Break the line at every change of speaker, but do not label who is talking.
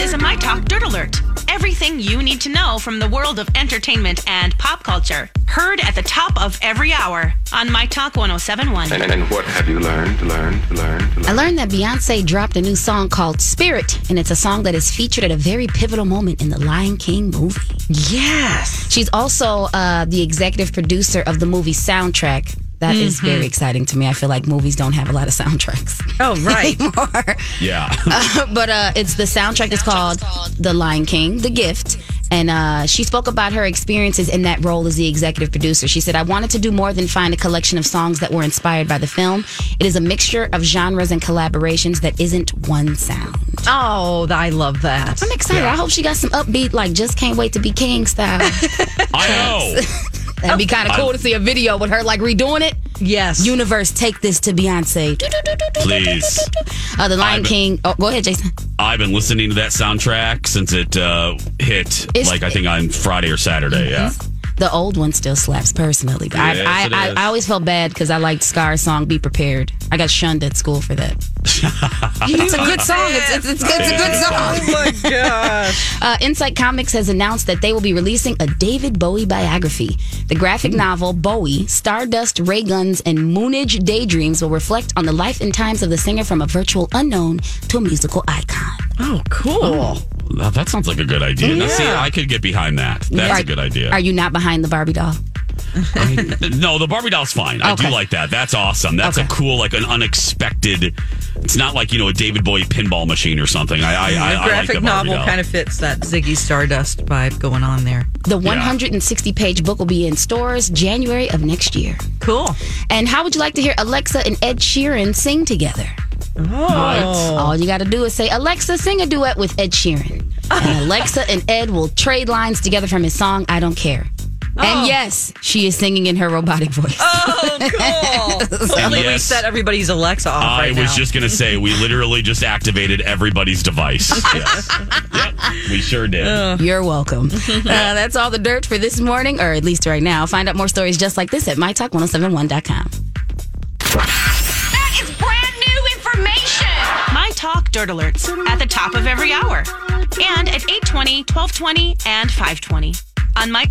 is a My Talk Dirt Alert. Everything you need to know from the world of entertainment and pop culture. Heard at the top of every hour on My Talk 1071.
And, and what have you learned, learned, learned, learned?
I learned that Beyonce dropped a new song called Spirit, and it's a song that is featured at a very pivotal moment in the Lion King movie.
Yes.
She's also uh, the executive producer of the movie soundtrack. That is very exciting to me. I feel like movies don't have a lot of soundtracks
Oh, right.
anymore.
Yeah.
but uh, it's the soundtrack is called The Lion King, The Gift. And uh, she spoke about her experiences in that role as the executive producer. She said, I wanted to do more than find a collection of songs that were inspired by the film. It is a mixture of genres and collaborations that isn't one sound.
oh, I love that.
I'm excited. I hope she got some upbeat, like, just can't wait to be king style.
I know.
That'd be kind of cool to see a video with her, like, redoing it.
Yes.
Universe, take this to Beyonce.
Please.
Uh, the Lion
I'm-
King. Oh, go ahead, Jason.
I've been listening to that soundtrack since it uh, hit,
It's-
like I think on Friday or
Mm-hmm.
Saturday. Yeah.
The old one still slaps personally, but
Yes,
I,
it
I,
is.
I, I always felt bad because I liked Scar's song "Be Prepared." I got shunned at school for that. it's a good song. It's, it's, it's, good, it's a
It is a
good
good
song.
Oh, my gosh.
Uh, Insight Comics has announced that they will be releasing a David Bowie biography. The graphic novel Bowie, Stardust, Ray Guns, and Moonage Daydreams will reflect on the life and times of the singer from a virtual unknown to a musical icon.
Oh, cool.
Now, that sounds like a good idea. Now, see, I could get behind that. That's
Are-
a good idea.
Are you not behind the Barbie doll?
no, the Barbie doll's fine. I do
Okay.
like that. That's awesome. That's a
Okay.
cool, like an unexpected. It's not like you know a David Bowie pinball machine or something. I, I, I,
the
I like
Mm-hmm. graphic
the Barbie
novel
doll.
kind of fits that Ziggy Stardust vibe going on there.
The 160 page book will be in stores January of next year.
Cool.
And how would you like to hear Alexa and Ed Sheeran sing together?
Oh.
All you got to do is say, Alexa, sing a duet with Ed Sheeran. And Alexa and Ed will trade lines together from his song, I Don't Care. And yes, she is singing in her robotic voice.
Oh, cool. Hopefully we
yes.
set everybody's Alexa off right
I was
now.
just gonna say we literally just activated everybody's device. Yes. yep, we sure did.
Oh.
You're welcome. uh, that's all the dirt for this morning, or at least right now. Find out more stories just like this at mytalk1071.com.
That is brand new information. My Talk Dirt Alerts at the top of every hour and at 820, 1220, and 520 on My